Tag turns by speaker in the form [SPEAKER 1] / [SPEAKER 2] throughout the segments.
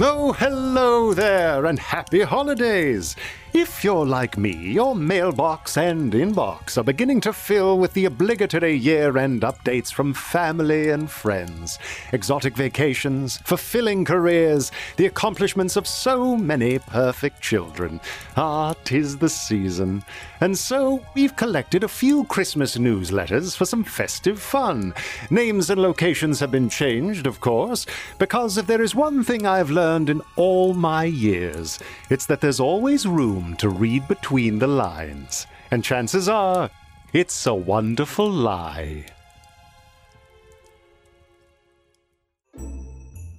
[SPEAKER 1] Oh, hello there, and happy holidays! If you're like me, your mailbox and inbox are beginning to fill with the obligatory year end updates from family and friends. Exotic vacations, fulfilling careers, the accomplishments of so many perfect children. Ah, 'tis the season. And so we've collected a few Christmas newsletters for some festive fun. Names and locations have been changed, of course, because if there is one thing I've learned in all my years, it's that there's always room to read between the lines. And chances are, it's a wonderful lie.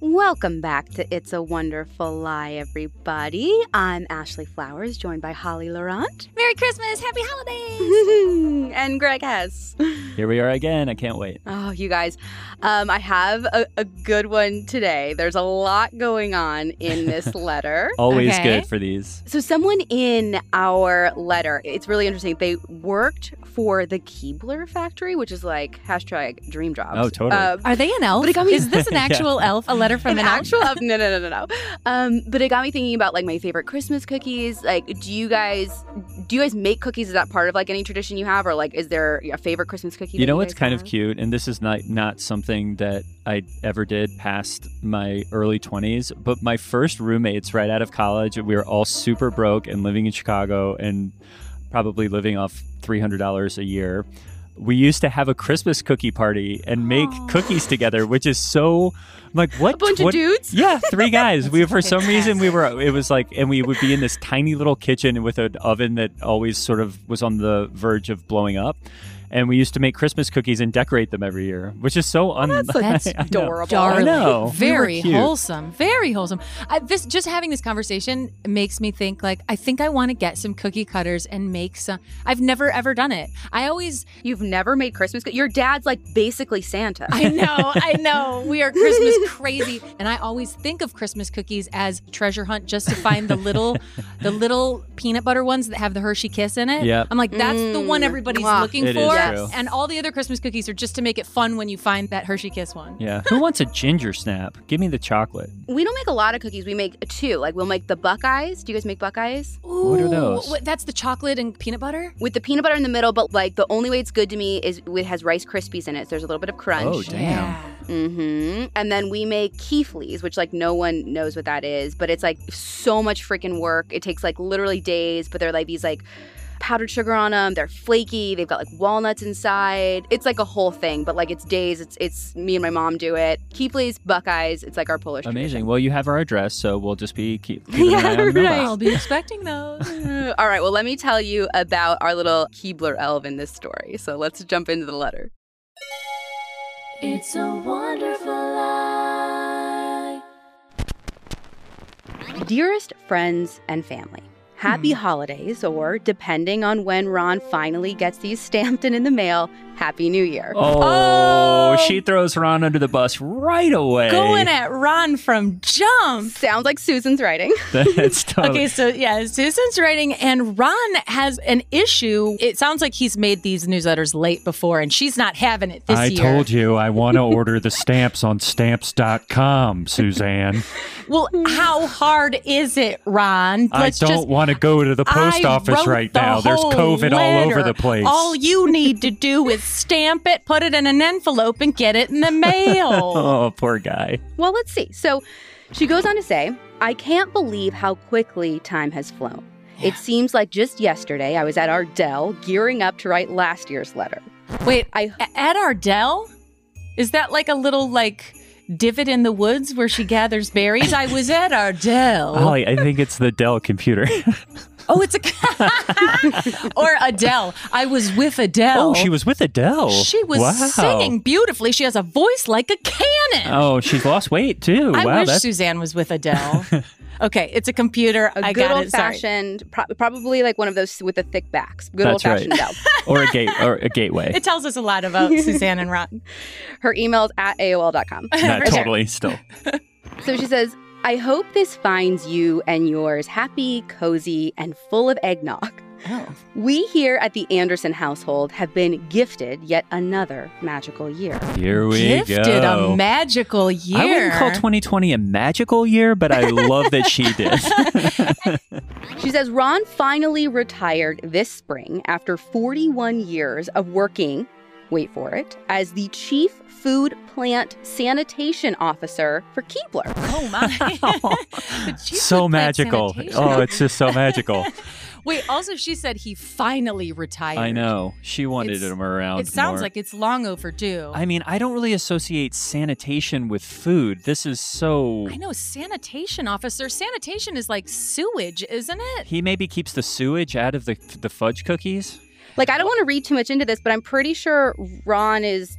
[SPEAKER 2] Welcome back to It's a Wonderful Lie, everybody. I'm Ashley Flowers, joined by Holly Laurent
[SPEAKER 3] Merry Christmas, happy holidays.
[SPEAKER 2] and Greg Hess.
[SPEAKER 4] Here we are again. I can't wait.
[SPEAKER 2] Oh, you guys, um, I have a, a good one today. There's a lot going on in this letter.
[SPEAKER 4] Always
[SPEAKER 3] Okay.
[SPEAKER 4] good for these.
[SPEAKER 2] So, someone in our letter, it's really interesting. They worked for the Keebler factory, which is like hashtag dream jobs. Uh,
[SPEAKER 4] Oh, totally.
[SPEAKER 3] Are they an elf?
[SPEAKER 2] But it got me-
[SPEAKER 3] Is this an actual elf? A letter from an,
[SPEAKER 2] an
[SPEAKER 3] elf?
[SPEAKER 2] actual elf. No, no, no, no, no. Um, but it got me thinking about like my favorite Christmas cookies. Like, do you guys do you guys make cookies? Is that part of like any tradition you have, or like is there a favorite Christmas cookie?
[SPEAKER 4] You
[SPEAKER 2] that
[SPEAKER 4] know what's
[SPEAKER 2] guys
[SPEAKER 4] kind of
[SPEAKER 2] have?
[SPEAKER 4] cute, and this is not not something that I ever did past my early twenties. But my first roommates, right out of college, we were all super broke and living in Chicago, and probably living off three hundred dollars a year. We used to have a Christmas cookie party and make
[SPEAKER 3] Aw.
[SPEAKER 4] cookies together, which is so like what
[SPEAKER 2] A bunch
[SPEAKER 4] what-
[SPEAKER 2] of dudes.
[SPEAKER 4] Yeah, three guys. we for some
[SPEAKER 3] fantastic.
[SPEAKER 4] reason we were it was like and we would be in this tiny little kitchen with an oven that always sort of was on the verge of blowing up. And we used to make Christmas cookies and decorate them every year, which is so un-
[SPEAKER 2] That's, like,
[SPEAKER 4] I know.
[SPEAKER 2] adorable.
[SPEAKER 4] I
[SPEAKER 3] Darling.
[SPEAKER 4] know. Oh, We were
[SPEAKER 3] Very
[SPEAKER 4] cute.
[SPEAKER 3] wholesome. Very wholesome. I, this just having this conversation makes me think like I think I want to get some cookie cutters and make some. I've never ever done it. I always.
[SPEAKER 2] You've never made Christmas. coo- Your dad's like basically Santa.
[SPEAKER 3] I know. I know. We are Christmas crazy, and I always think of Christmas cookies as treasure hunt, just to find the little, the little peanut butter ones that have the Hershey Kiss in it.
[SPEAKER 4] Yep.
[SPEAKER 3] I'm like, that's the one
[SPEAKER 2] Mm.
[SPEAKER 3] everybody's
[SPEAKER 2] Mwah.
[SPEAKER 3] looking
[SPEAKER 4] It is
[SPEAKER 3] for,
[SPEAKER 4] true.
[SPEAKER 3] and all the other Christmas cookies are just to make it fun when you find that Hershey Kiss one.
[SPEAKER 4] Yeah. Who wants a ginger snap? Give me the chocolate.
[SPEAKER 2] we don't make a lot of cookies. We make two. Like we'll make the Buckeyes. Do you guys make Buckeyes
[SPEAKER 4] What are
[SPEAKER 3] Ooh,
[SPEAKER 4] those?
[SPEAKER 3] what- that's the chocolate and peanut butter?
[SPEAKER 2] with the peanut butter in the middle? But like the only way it's good to me is it has Rice Krispies in it. So there's a little bit of crunch.
[SPEAKER 4] Oh, damn.
[SPEAKER 2] Mm-hmm. And then we make keeflies, which like no one knows what that is, but it's like so much freaking work. It takes like literally days, but they're like these like powdered sugar on them. They're flaky. They've got like walnuts inside. It's like a whole thing, but like it's days. It's it's me and my mom do it. Keeflies, Buckeyes. It's like our Polish.
[SPEAKER 4] Amazing. Well, you have our address, so we'll just be keep keeping an
[SPEAKER 2] Yeah,
[SPEAKER 4] eye on the
[SPEAKER 2] right.
[SPEAKER 4] mailbox.
[SPEAKER 3] I'll be expecting those.
[SPEAKER 2] tradition. All right. Well, let me tell you about our little Keebler elf in this story. So let's jump into the letter.
[SPEAKER 5] It's a wonderful lie.
[SPEAKER 2] Dearest friends and family, happy
[SPEAKER 3] Hmm.
[SPEAKER 2] holidays, or depending on when Ron finally gets these stamped and in the mail, happy new year.
[SPEAKER 3] Oh.
[SPEAKER 4] Oh, she throws Ron under the bus right away.
[SPEAKER 3] Going at Ron from jump.
[SPEAKER 2] Sounds like Susan's writing.
[SPEAKER 4] That's
[SPEAKER 6] Oh.
[SPEAKER 4] totally.
[SPEAKER 3] Okay, so yeah, Susan's writing, and Ron has an issue. It sounds like he's made these newsletters late before, and she's not having it this
[SPEAKER 6] I
[SPEAKER 3] year.
[SPEAKER 6] told you I want to order the stamps on stamps.com, Suzanne.
[SPEAKER 3] Well, how hard is it, Ron?
[SPEAKER 6] I
[SPEAKER 3] Let's
[SPEAKER 6] don't
[SPEAKER 3] just-
[SPEAKER 6] want to go to the post
[SPEAKER 3] I
[SPEAKER 6] office
[SPEAKER 3] wrote
[SPEAKER 6] right
[SPEAKER 3] the
[SPEAKER 6] now. There's
[SPEAKER 3] whole
[SPEAKER 6] COVID all over
[SPEAKER 3] letter.
[SPEAKER 6] the place.
[SPEAKER 3] All you need to do is stamp it, put it in an envelope, and get it in the mail.
[SPEAKER 4] Oh, poor guy.
[SPEAKER 2] Well, let's see. So she goes on to say, I can't believe how quickly time has flown. It seems like just yesterday I was at Ardell gearing up to write last year's letter.
[SPEAKER 3] Wait,
[SPEAKER 2] I
[SPEAKER 3] A- At Ardell? Is that like a little like divot in the woods where she gathers berries? I was at Ardell.
[SPEAKER 6] Oh,
[SPEAKER 4] Holly, I think it's the Dell computer.
[SPEAKER 3] Oh, it's a or Adele. I was with Adele.
[SPEAKER 4] Oh, she was with Adele.
[SPEAKER 3] She was
[SPEAKER 4] Wow.
[SPEAKER 3] singing beautifully. She has a voice like a cannon.
[SPEAKER 4] Oh, she's lost weight too.
[SPEAKER 3] I
[SPEAKER 4] wow,
[SPEAKER 3] wish
[SPEAKER 4] that's
[SPEAKER 3] Suzanne was with Adele. okay, it's a computer.
[SPEAKER 2] a
[SPEAKER 3] I
[SPEAKER 2] good
[SPEAKER 3] got
[SPEAKER 2] old
[SPEAKER 3] it. Sorry.
[SPEAKER 2] fashioned, pro- probably like one of those with the thick backs. Good old
[SPEAKER 4] That's right.
[SPEAKER 2] fashioned elf.
[SPEAKER 4] or a gate or a gateway.
[SPEAKER 3] It tells us a lot about Suzanne and Ron.
[SPEAKER 2] Her email is at AOL.com. Right
[SPEAKER 4] Not
[SPEAKER 2] there.
[SPEAKER 4] totally still.
[SPEAKER 2] So she says, I hope this finds you and yours happy, cozy, and full of eggnog. We here at the Anderson household have been gifted yet another magical year.
[SPEAKER 4] Here we
[SPEAKER 3] Gifted
[SPEAKER 4] go.
[SPEAKER 3] a magical year.
[SPEAKER 4] I wouldn't call 2020 a magical year, but I love that she did.
[SPEAKER 2] She says Ron finally retired this spring after 41 years of working, wait for it, as the chief food plant sanitation officer for Keebler.
[SPEAKER 3] Oh my! But she
[SPEAKER 4] so
[SPEAKER 3] put that
[SPEAKER 4] magical.
[SPEAKER 3] sanitation
[SPEAKER 4] Oh,
[SPEAKER 3] on-
[SPEAKER 4] it's just so magical.
[SPEAKER 3] Wait. Also, she said he finally retired.
[SPEAKER 4] I know. She wanted
[SPEAKER 3] It's-
[SPEAKER 4] him around.
[SPEAKER 3] It sounds
[SPEAKER 4] more.
[SPEAKER 3] like it's long overdue.
[SPEAKER 4] I mean, I don't really associate sanitation with food. This is so.
[SPEAKER 3] I know sanitation officer. Sanitation is like sewage, isn't it?
[SPEAKER 4] He maybe keeps the sewage out of the the fudge cookies.
[SPEAKER 2] Like, I don't want to read too much into this, but I'm pretty sure Ron is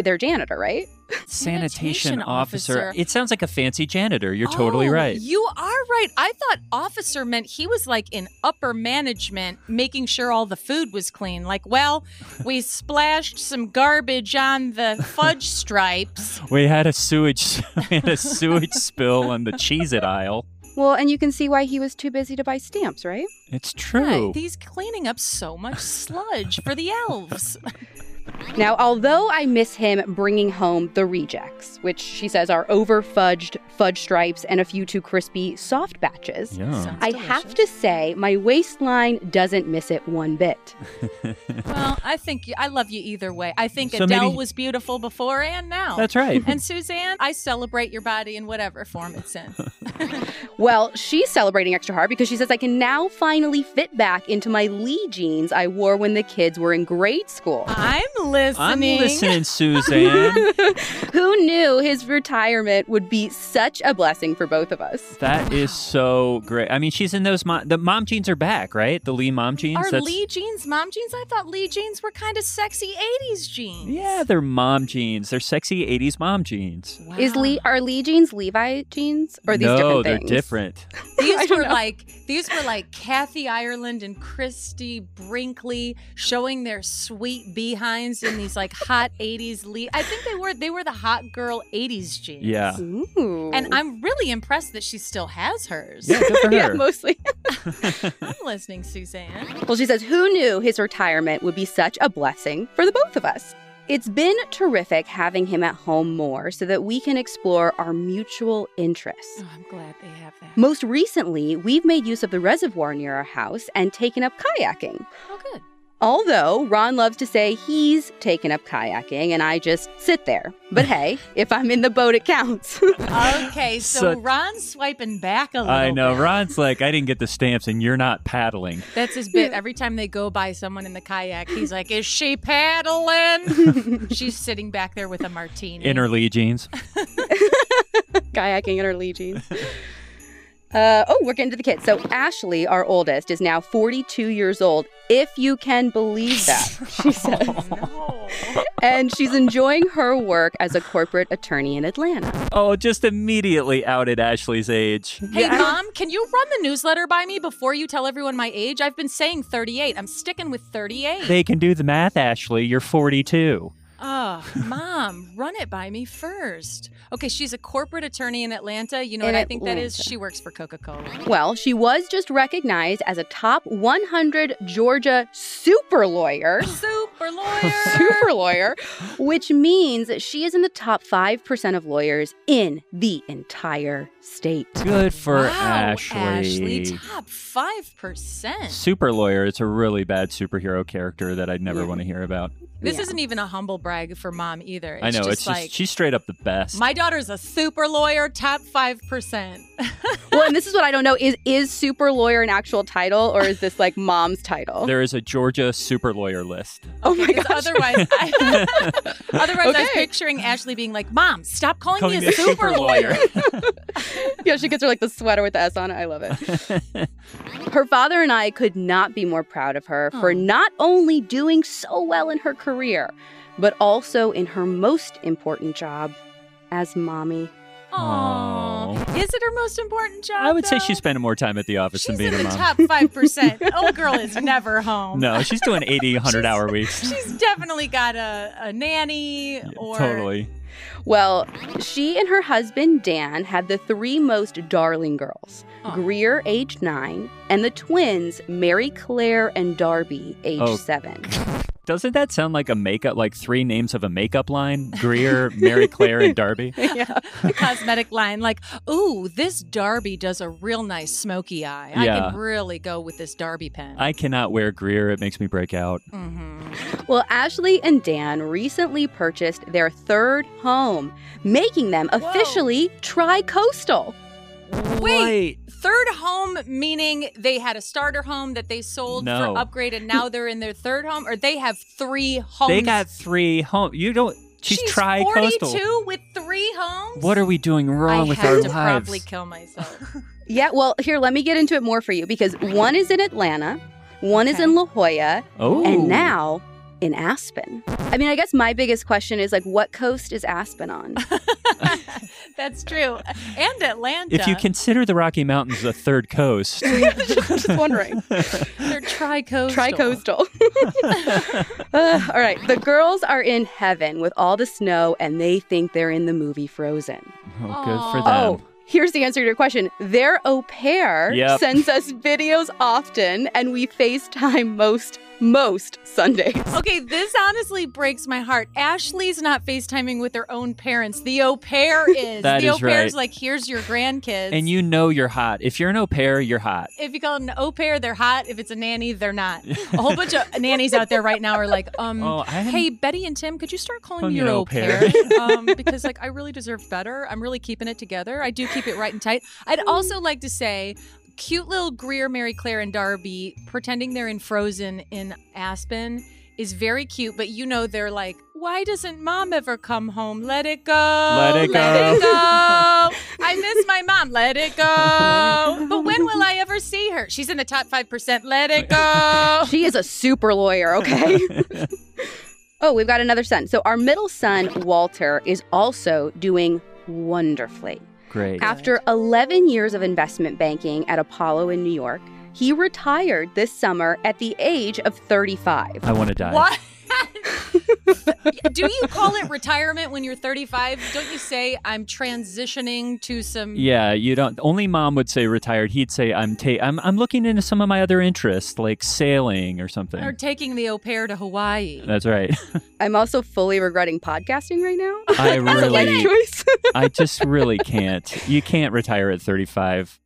[SPEAKER 2] their janitor, right?
[SPEAKER 4] Sanitation
[SPEAKER 3] Sanitation
[SPEAKER 4] officer.
[SPEAKER 3] officer.
[SPEAKER 4] It sounds like a fancy janitor. You're totally
[SPEAKER 3] Oh,
[SPEAKER 4] right.
[SPEAKER 3] You are right. I thought officer meant he was like in upper management, making sure all the food was clean. Like, well, we splashed some garbage on the fudge stripes.
[SPEAKER 4] We had a sewage we had a sewage spill on the cheese it aisle.
[SPEAKER 2] Well, and you can see why he was too busy to buy stamps, right?
[SPEAKER 4] It's
[SPEAKER 3] Right,
[SPEAKER 4] true.
[SPEAKER 3] He's cleaning up so much sludge for the elves.
[SPEAKER 2] Now, although I miss him bringing home the rejects, which she says are over fudged fudge stripes and a few too crispy soft batches,
[SPEAKER 4] Yum.
[SPEAKER 2] I have to say my waistline doesn't miss it one bit.
[SPEAKER 3] Well, I think I love you either way. I think
[SPEAKER 4] So
[SPEAKER 3] Adele
[SPEAKER 4] maybe-
[SPEAKER 3] was beautiful before and now.
[SPEAKER 4] That's right.
[SPEAKER 3] And Suzanne, I celebrate your body in whatever form it's in.
[SPEAKER 2] Well, she's celebrating extra hard because she says I can now finally fit back into my Lee jeans I wore when the kids were in grade school.
[SPEAKER 3] I'm listening.
[SPEAKER 4] I'm listening, Suzanne.
[SPEAKER 2] Who knew his retirement would be such a blessing for both of us?
[SPEAKER 4] that is so great. I mean, she's in those mom. The mom jeans are back, right? The Lee mom jeans.
[SPEAKER 3] Are Lee jeans mom jeans? I thought Lee jeans were kind of sexy 80s jeans.
[SPEAKER 4] Yeah, they're mom jeans. They're sexy '80s mom jeans.
[SPEAKER 3] Wow.
[SPEAKER 2] Is Lee are Lee jeans Levi jeans or are these
[SPEAKER 4] no,
[SPEAKER 2] different
[SPEAKER 4] they're
[SPEAKER 2] things?
[SPEAKER 4] different.
[SPEAKER 2] I
[SPEAKER 3] These
[SPEAKER 2] don't
[SPEAKER 3] were
[SPEAKER 2] know.
[SPEAKER 3] like these were like Kathy Ireland and Christy Brinkley showing their sweet behinds in these like hot 80s Lee. I think they were they were the hot girl 80s jeans.
[SPEAKER 4] Yeah.
[SPEAKER 2] Ooh.
[SPEAKER 3] And I'm really impressed that she still has hers.
[SPEAKER 4] Yeah, good for her.
[SPEAKER 2] yeah, mostly.
[SPEAKER 3] I'm listening, Suzanne.
[SPEAKER 2] Well, she says, Who knew his retirement would be such a blessing for the both of us? It's been terrific having him at home more so that we can explore our mutual interests.
[SPEAKER 3] I'm glad they have that.
[SPEAKER 2] Most recently, we've made use of the reservoir near our house and taken up kayaking.
[SPEAKER 3] Oh, good.
[SPEAKER 2] Although Ron loves to say he's taken up kayaking and I just sit there. But hey, if I'm in the boat, it counts.
[SPEAKER 3] Okay, so,
[SPEAKER 4] So-
[SPEAKER 3] Ron's swiping back a little.
[SPEAKER 4] I know.
[SPEAKER 3] bit.
[SPEAKER 4] Ron's like, I didn't get the stamps, and you're not paddling.
[SPEAKER 3] That's his bit. Every time they go by someone in the kayak, he's like, "Is she paddling?" She's sitting back there with a martini.
[SPEAKER 4] In her Lee jeans.
[SPEAKER 2] kayaking in her Lee jeans. Uh, oh, we're getting to the kids. So Ashley, our oldest, is now 42 years old, if you can believe that, she says. And she's enjoying her work as a corporate attorney in Atlanta.
[SPEAKER 4] Oh, just immediately outed Ashley's age.
[SPEAKER 3] Hey, mom, can you run the newsletter by me before you tell everyone my age? I've been saying 38. I'm sticking with 38.
[SPEAKER 4] They can do the math, Ashley. You're 42.
[SPEAKER 3] oh, mom, run it by me first. Okay, she's a corporate attorney in Atlanta. You know
[SPEAKER 2] In
[SPEAKER 3] what I think that is?
[SPEAKER 2] Atlanta.
[SPEAKER 3] She works for Coca Cola.
[SPEAKER 2] Well, she was just recognized as a top 100 Georgia super lawyer.
[SPEAKER 3] Super lawyer.
[SPEAKER 2] Super lawyer, which means that she is in the top 5% of lawyers in the entire state.
[SPEAKER 4] Good for
[SPEAKER 3] wow,
[SPEAKER 4] Ashley.
[SPEAKER 3] Ashley, top 5%.
[SPEAKER 4] Super lawyer. It's a really bad superhero character that I'd never want to hear about.
[SPEAKER 3] This
[SPEAKER 2] Yeah.
[SPEAKER 3] isn't even a humble brag for mom either. It's
[SPEAKER 4] I know.
[SPEAKER 3] Just
[SPEAKER 4] it's
[SPEAKER 3] like,
[SPEAKER 4] just she's straight up the best.
[SPEAKER 3] my daughter's a super lawyer, top 5%.
[SPEAKER 2] well, and this is what I don't know is is super lawyer an actual title or is this like mom's title?
[SPEAKER 4] there is a Georgia super lawyer list.
[SPEAKER 2] oh my
[SPEAKER 3] Because
[SPEAKER 2] gosh.
[SPEAKER 3] otherwise, I, otherwise I was
[SPEAKER 2] Okay.
[SPEAKER 3] picturing Ashley being like, Mom, stop calling,
[SPEAKER 4] Calling
[SPEAKER 3] me a super, lawyer.
[SPEAKER 2] yeah, she gets her like the sweater with the S on it. I love it. her father and I could not be more proud of her for
[SPEAKER 4] Oh.
[SPEAKER 3] Aw.
[SPEAKER 2] not only doing so well in her career, but also in her most important job as mommy.
[SPEAKER 3] Aw.
[SPEAKER 4] Aw.
[SPEAKER 3] Is it her most important job?
[SPEAKER 4] I would say
[SPEAKER 3] though?
[SPEAKER 4] she's spending more time at the office
[SPEAKER 3] She's
[SPEAKER 4] than being
[SPEAKER 3] in
[SPEAKER 4] a
[SPEAKER 3] the
[SPEAKER 4] mom.
[SPEAKER 3] top five percent. Old girl is never home.
[SPEAKER 4] No, she's doing 80, 100 hour weeks.
[SPEAKER 3] She's definitely got a, a nanny or
[SPEAKER 4] Totally.
[SPEAKER 2] Well, she and her husband Dan had the three most darling girls
[SPEAKER 4] Oh.
[SPEAKER 3] Aw.
[SPEAKER 2] Greer, age nine, and the twins, Mary Claire and Darby, age
[SPEAKER 4] Oh.
[SPEAKER 2] seven.
[SPEAKER 4] Doesn't that sound like a makeup, like three names of a makeup line? Greer, Mary Claire, and Darby.
[SPEAKER 3] a cosmetic line. Like, ooh, this Darby does a real nice smoky eye. I
[SPEAKER 4] Yeah.
[SPEAKER 3] can really go with this Darby pen.
[SPEAKER 4] I cannot wear Greer. It makes me break out.
[SPEAKER 3] Mhm.
[SPEAKER 2] Well, Ashley and Dan recently purchased their third home, making them
[SPEAKER 3] Whoa.
[SPEAKER 2] officially tri coastal.
[SPEAKER 3] Wait. Third home, meaning they had a starter home that they sold
[SPEAKER 4] No.
[SPEAKER 3] for upgrade, and now they're in their third home, or they have three homes.
[SPEAKER 4] They got three home. You don't. She's, tri coastal.
[SPEAKER 3] Forty-two with three homes.
[SPEAKER 4] What are we doing wrong
[SPEAKER 3] I
[SPEAKER 4] with
[SPEAKER 3] have
[SPEAKER 4] our
[SPEAKER 3] to
[SPEAKER 4] lives?
[SPEAKER 3] probably kill myself.
[SPEAKER 2] Yeah, well, here, let me get into it more for you because one is in Atlanta, one is
[SPEAKER 3] Okay.
[SPEAKER 2] in La Jolla,
[SPEAKER 4] Oh,
[SPEAKER 2] and now in Aspen. I mean, I guess my biggest question is like, what coast is Aspen on?
[SPEAKER 3] That's true. And Atlanta.
[SPEAKER 4] if you consider the Rocky Mountains the third coast,
[SPEAKER 2] Just wondering.
[SPEAKER 3] they're tri-coastal.
[SPEAKER 2] Tri-coastal. Uh, all right, the girls are in heaven with all the snow, and they think they're in the movie Frozen.
[SPEAKER 4] oh, good for
[SPEAKER 2] Oh,
[SPEAKER 4] them.
[SPEAKER 2] here's the answer to your question. Their au pair
[SPEAKER 4] Yep.
[SPEAKER 2] sends us videos often, and we FaceTime most, most Sundays.
[SPEAKER 3] Okay, this honestly breaks my heart. Ashley's not FaceTiming with her own parents. The au pair is.
[SPEAKER 4] That
[SPEAKER 3] the
[SPEAKER 4] is
[SPEAKER 3] au pair's
[SPEAKER 4] right.
[SPEAKER 3] like, here's your grandkids.
[SPEAKER 4] And you know you're hot. If you're an au pair, you're hot.
[SPEAKER 3] If you call it an au pair, they're hot. If it's a nanny, they're not. A whole bunch of nannies out there right now are like, um,
[SPEAKER 4] Oh, I hadn't-
[SPEAKER 3] hey, Betty and Tim, could you start calling
[SPEAKER 4] Calling
[SPEAKER 3] me
[SPEAKER 4] you
[SPEAKER 3] your
[SPEAKER 4] an
[SPEAKER 3] au
[SPEAKER 4] au
[SPEAKER 3] pair?
[SPEAKER 4] pair.
[SPEAKER 3] um, because, like, I really deserve better. I'm really keeping it together. I do keep it right and tight. I'd also like to say, cute little Greer, Mary Claire, and Darby pretending they're in Frozen in Aspen is very cute, but you know they're like, why doesn't mom ever come home? Let it go.
[SPEAKER 4] Let it
[SPEAKER 3] Let
[SPEAKER 4] go."
[SPEAKER 3] it go. I miss my mom. Let it go. But when will I ever see her? She's in the top 5%. Let it go.
[SPEAKER 2] She is a super lawyer, okay? oh, we've got another son. So our middle son, Walter, is also doing wonderfully.
[SPEAKER 4] Great.
[SPEAKER 2] After 11 years of investment banking at Apollo in New York, he retired this summer at the age of 35.
[SPEAKER 4] I want to die.
[SPEAKER 3] What? Do you call it retirement when you're 35? Don't you say I'm transitioning to some
[SPEAKER 4] Yeah, you don't. Only mom would say retired. He'd say I'm ta- I'm I'm looking into some of my other interests, like sailing or something.
[SPEAKER 3] or taking the au pair to Hawaii?
[SPEAKER 4] That's right.
[SPEAKER 2] I'm also fully regretting podcasting right now.
[SPEAKER 4] I
[SPEAKER 2] That's a life
[SPEAKER 4] really,
[SPEAKER 2] choice.
[SPEAKER 4] I just really can't. You can't retire at 35.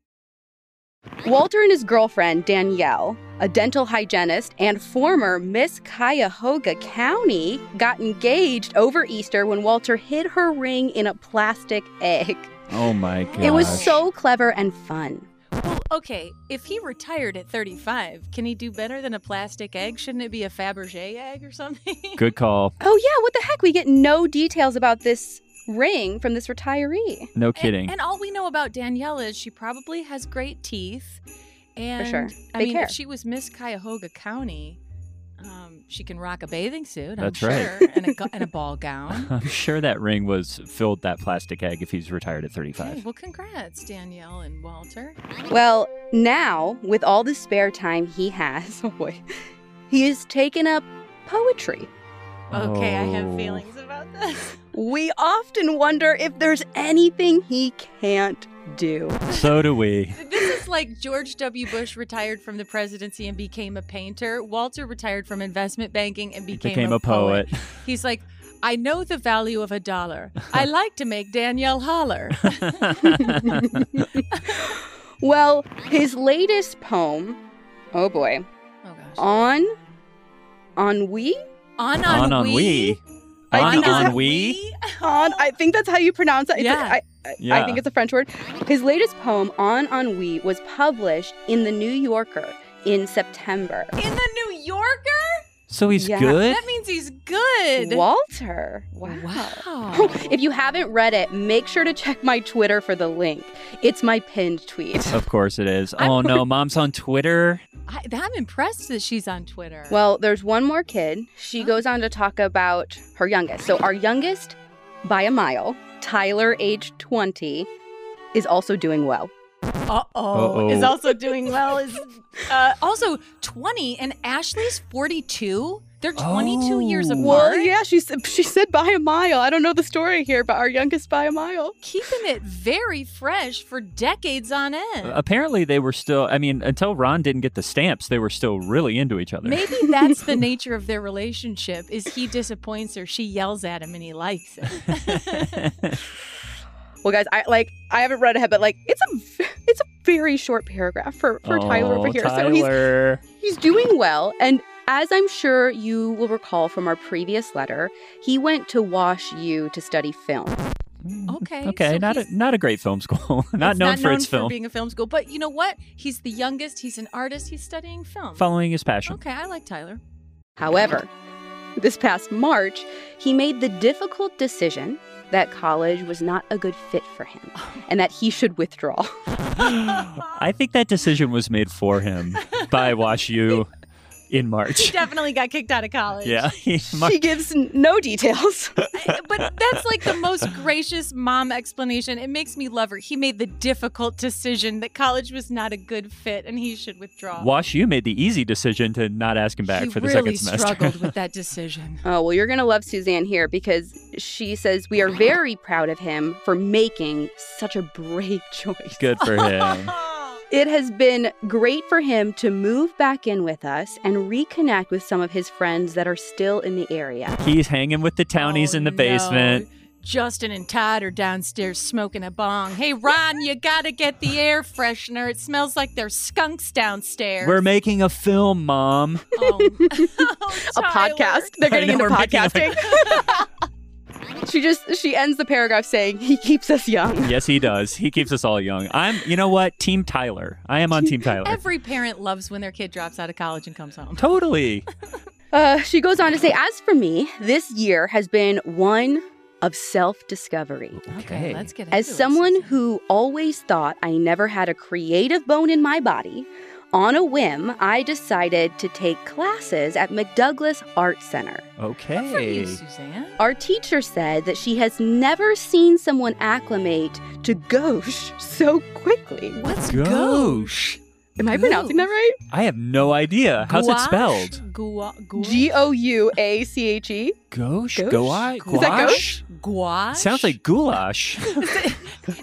[SPEAKER 2] Walter and his girlfriend, Danielle, a dental hygienist and former Miss Cuyahoga County, got engaged over Easter when Walter hid her ring in a plastic egg.
[SPEAKER 4] Oh my god.
[SPEAKER 2] It was so clever and fun.
[SPEAKER 3] Well, okay, if he retired at 35, can he do better than a plastic egg? Shouldn't it be a Fabergé egg or something?
[SPEAKER 4] good call.
[SPEAKER 2] Oh, yeah, what the heck? We get no details about this ring from this retiree.
[SPEAKER 4] No
[SPEAKER 3] And-
[SPEAKER 4] kidding.
[SPEAKER 3] And, all we know about Danielle is she probably has great teeth. And
[SPEAKER 2] sure.
[SPEAKER 3] I
[SPEAKER 2] They
[SPEAKER 3] mean,
[SPEAKER 2] care.
[SPEAKER 3] if she was Miss Cuyahoga County, um, she can rock a bathing suit.
[SPEAKER 4] That's
[SPEAKER 3] I'm
[SPEAKER 4] right.
[SPEAKER 3] Sure, and, a, gu- and a ball gown.
[SPEAKER 4] I'm sure that ring was filled that plastic egg if he's retired at
[SPEAKER 3] Okay,
[SPEAKER 4] 35.
[SPEAKER 3] well, congrats, Danielle and Walter.
[SPEAKER 2] Well, now, with all the spare time he has, oh boy, he has taken up poetry.
[SPEAKER 3] Okay, I have
[SPEAKER 4] Oh.
[SPEAKER 3] feelings about this.
[SPEAKER 2] We often wonder if there's anything he can't do.
[SPEAKER 4] So do we.
[SPEAKER 3] This is like George W. Bush retired from the presidency and became a painter. Walter retired from investment banking and became,
[SPEAKER 4] Became a poet.
[SPEAKER 3] He's like, I know the value of a dollar. I like to make Danielle holler.
[SPEAKER 2] Well, his latest poem, oh boy,
[SPEAKER 3] Oh gosh.
[SPEAKER 2] on ennui.
[SPEAKER 3] On
[SPEAKER 4] on on we.
[SPEAKER 2] I
[SPEAKER 4] On
[SPEAKER 2] think it's-
[SPEAKER 4] on we.
[SPEAKER 2] On, I think that's how you pronounce it. It's a-
[SPEAKER 3] Yeah.
[SPEAKER 2] I- I- I
[SPEAKER 4] Yeah.
[SPEAKER 2] think it's a French word. His latest poem, On Ennui, was published in the New Yorker in September.
[SPEAKER 3] In the New Yorker?
[SPEAKER 4] So he's
[SPEAKER 2] Yeah.
[SPEAKER 4] good.
[SPEAKER 3] That means he's good.
[SPEAKER 2] Walter, wow.
[SPEAKER 3] Wow.
[SPEAKER 2] If you haven't read it, make sure to check my Twitter for the link. It's my pinned tweet.
[SPEAKER 4] Of course it is.
[SPEAKER 3] I'm-
[SPEAKER 4] Oh no, mom's on Twitter.
[SPEAKER 3] I, I'm impressed that she's on Twitter.
[SPEAKER 2] Well, there's one more kid. She
[SPEAKER 3] Oh.
[SPEAKER 2] goes on to talk about her youngest. So, our youngest by a mile, Tyler, age 20, is also doing well.
[SPEAKER 3] Uh oh.
[SPEAKER 4] Uh-oh.
[SPEAKER 3] Is also doing well. Is uh, also 20 and Ashley's 42. They're 22 years
[SPEAKER 4] Oh.
[SPEAKER 3] apart.
[SPEAKER 2] Well, yeah, she said she said by a mile. I don't know the story here, but our youngest by a mile.
[SPEAKER 3] Keeping it very fresh for decades on end.
[SPEAKER 4] Uh, Apparently, they were still, I mean, until Ron didn't get the stamps, they were still really into each other.
[SPEAKER 3] Maybe that's the nature of their relationship is he disappoints her, she yells at him and he likes it.
[SPEAKER 2] Well, guys, I like I haven't read ahead, but like it's a v- it's a very short paragraph for for Tyler over
[SPEAKER 4] Oh,
[SPEAKER 2] here. So he's
[SPEAKER 4] Tyler.
[SPEAKER 2] he's doing well, and as I'm sure you will recall from our previous letter, he went to Wash U to study film.
[SPEAKER 4] Mm,
[SPEAKER 3] Okay,
[SPEAKER 4] Okay.
[SPEAKER 3] so
[SPEAKER 4] not a
[SPEAKER 3] he's-
[SPEAKER 4] not a great film school. not
[SPEAKER 3] It's
[SPEAKER 4] known
[SPEAKER 3] not
[SPEAKER 4] for
[SPEAKER 3] known
[SPEAKER 4] its
[SPEAKER 3] for
[SPEAKER 4] film.
[SPEAKER 3] being a film school, but you know what? He's the youngest, he's an artist, he's studying film.
[SPEAKER 4] Following his passion.
[SPEAKER 3] Okay, I like Tyler.
[SPEAKER 2] However, this past March, he made the difficult decision that college was not a good fit for him and that he should withdraw.
[SPEAKER 4] I think that decision was made for him by Wash U in
[SPEAKER 3] He
[SPEAKER 4] March.
[SPEAKER 3] definitely got kicked out of college.
[SPEAKER 4] Yeah.
[SPEAKER 2] she gives n- no details.
[SPEAKER 3] I- but that's like the most gracious mom explanation. It makes me love her. He made the difficult decision that college was not a good fit and he should withdraw.
[SPEAKER 4] Wash U made the easy decision to not ask him back
[SPEAKER 3] he
[SPEAKER 4] for the
[SPEAKER 3] really
[SPEAKER 4] second semester.
[SPEAKER 3] struggled with that decision.
[SPEAKER 2] Oh, well, you're going to love Suzanne here because she says, We are very proud of him for making such a brave choice.
[SPEAKER 4] Good for him.
[SPEAKER 2] It has been great for him to move back in with us and reconnect with some of his friends that are still in the area.
[SPEAKER 4] He's hanging with the townies
[SPEAKER 3] Oh,
[SPEAKER 4] in the
[SPEAKER 3] no.
[SPEAKER 4] basement.
[SPEAKER 3] Justin and Todd are downstairs smoking a bong. Hey, Ron, you gotta get the air freshener. It smells like there's skunks downstairs.
[SPEAKER 4] We're making a film, Mom.
[SPEAKER 3] Oh. Oh,
[SPEAKER 2] A
[SPEAKER 3] Tyler.
[SPEAKER 2] podcast. They're getting
[SPEAKER 4] I know,
[SPEAKER 2] into
[SPEAKER 4] we're making
[SPEAKER 2] podcasting. she just she ends the paragraph saying, He keeps us young.
[SPEAKER 4] yes, he does. He keeps us all young. I'm, you know what? Team Tyler. I am on Team Tyler.
[SPEAKER 3] Every parent loves when their kid drops out of college and comes home.
[SPEAKER 4] totally.
[SPEAKER 2] Uh, she goes on to say, As for me, this year has been one of self discovery.
[SPEAKER 3] Okay, let's get
[SPEAKER 2] As
[SPEAKER 3] into it,
[SPEAKER 2] someone
[SPEAKER 3] Susan.
[SPEAKER 2] who always thought I never had a creative bone in my body, on a whim, I decided to take classes at McDouglas Art Center.
[SPEAKER 3] Good for you,
[SPEAKER 4] Okay.
[SPEAKER 3] Suzanne.
[SPEAKER 2] Our teacher said that she has never seen someone acclimate to gauche so quickly.
[SPEAKER 3] What's
[SPEAKER 4] Gauche.
[SPEAKER 2] Am I pronouncing that right?
[SPEAKER 4] I have no idea. How's it
[SPEAKER 3] Gouache?
[SPEAKER 4] spelled?
[SPEAKER 3] Gua- gua-
[SPEAKER 2] G O U A C H E.
[SPEAKER 4] Gauche?
[SPEAKER 2] Gauche?
[SPEAKER 4] Gouache?
[SPEAKER 2] Is that
[SPEAKER 4] Gouache?
[SPEAKER 3] Gouache?
[SPEAKER 4] Sounds like goulash.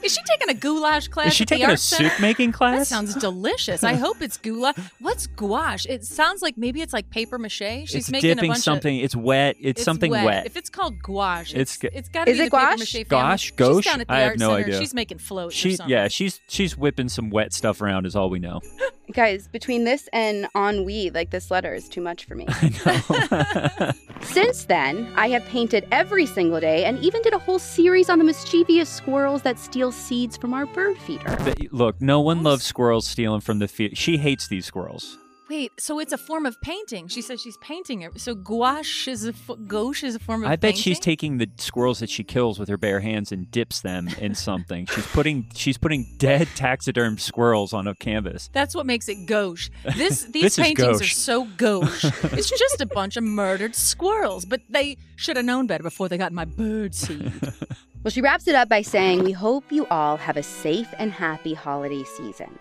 [SPEAKER 3] Is she taking a goulash class?
[SPEAKER 4] Is she
[SPEAKER 3] at the
[SPEAKER 4] taking a
[SPEAKER 3] art center?
[SPEAKER 4] soup making
[SPEAKER 3] That
[SPEAKER 4] class?
[SPEAKER 3] sounds delicious. I hope it's goulash. What's gouache? It sounds like maybe it's like paper mache. She's
[SPEAKER 4] it's
[SPEAKER 3] making a
[SPEAKER 4] dipping
[SPEAKER 3] bunch of-
[SPEAKER 4] something. It's wet. It's,
[SPEAKER 3] it's
[SPEAKER 4] something wet.
[SPEAKER 3] If it's called gouache, it's
[SPEAKER 4] It's g-
[SPEAKER 3] it's got to
[SPEAKER 2] Is
[SPEAKER 3] be
[SPEAKER 2] it
[SPEAKER 3] the paper
[SPEAKER 2] gouache?
[SPEAKER 3] mache family.
[SPEAKER 4] Gouache?
[SPEAKER 3] She's
[SPEAKER 4] Gauche?
[SPEAKER 3] down at the
[SPEAKER 4] I have
[SPEAKER 3] art
[SPEAKER 4] no
[SPEAKER 3] center.
[SPEAKER 4] idea.
[SPEAKER 3] She's making float. or
[SPEAKER 4] she,
[SPEAKER 3] something.
[SPEAKER 4] yeah, she's she's whipping some wet stuff around. Is all we know.
[SPEAKER 2] Guys, between this and ennui, like this letter is too much for me.
[SPEAKER 4] I know.
[SPEAKER 2] Since then, I have painted every single day and even did a whole series on the mischievous squirrels that steal seeds from our bird feeder.
[SPEAKER 4] But look, no one loves squirrels stealing from the field. She hates these squirrels.
[SPEAKER 3] Wait, so it's a form of painting. She says she's painting it. So gouache is a f- gouache is a form of.
[SPEAKER 4] I bet she's
[SPEAKER 3] painting?
[SPEAKER 4] taking the squirrels that she kills with her bare hands and dips them in something. she's putting she's putting dead taxidermed squirrels on a canvas.
[SPEAKER 3] That's what makes it gauche. This these
[SPEAKER 4] This is
[SPEAKER 3] paintings are
[SPEAKER 4] gauche.
[SPEAKER 3] so gauche. it's just a bunch of murdered squirrels, but they should have known better before they got my bird seed.
[SPEAKER 2] Well, she wraps it up by saying, We hope you all have a safe and happy holiday season.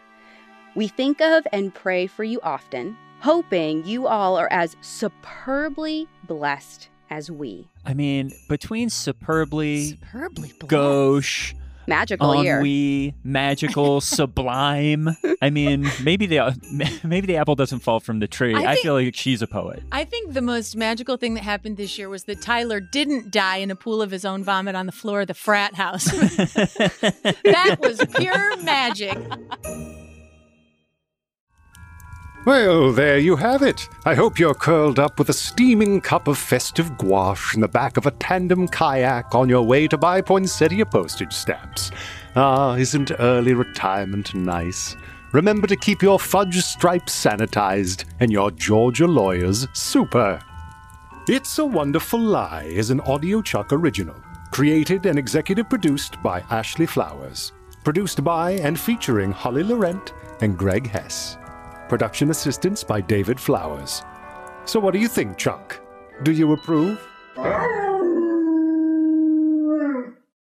[SPEAKER 2] We think of and pray for you often, hoping you all are as superbly blessed as we.
[SPEAKER 4] I mean, between superbly,
[SPEAKER 3] Superbly blessed.
[SPEAKER 4] gauche,
[SPEAKER 2] Magical year.
[SPEAKER 4] ennui, magical, sublime. I mean, maybe the maybe the apple doesn't fall from the tree.
[SPEAKER 3] I
[SPEAKER 4] I,
[SPEAKER 3] think-
[SPEAKER 4] feel like she's a poet.
[SPEAKER 3] I think the most magical thing that happened this year was that Tyler didn't die in a pool of his own vomit on the floor of the frat house. that was pure magic.
[SPEAKER 1] Well, there you have it. I hope you're curled up with a steaming cup of festive gouache in the back of a tandem kayak on your way to buy poinsettia postage stamps. Ah, isn't early retirement nice? Remember to keep your fudge stripes sanitized and your Georgia lawyers super. It's a Wonderful Lie is an Audio Chuck original, created and executive produced by Ashley Flowers, produced by and featuring Holly Laurent and Greg Hess. Production assistance by David Flowers. So, what do you think, Chuck? Do you approve?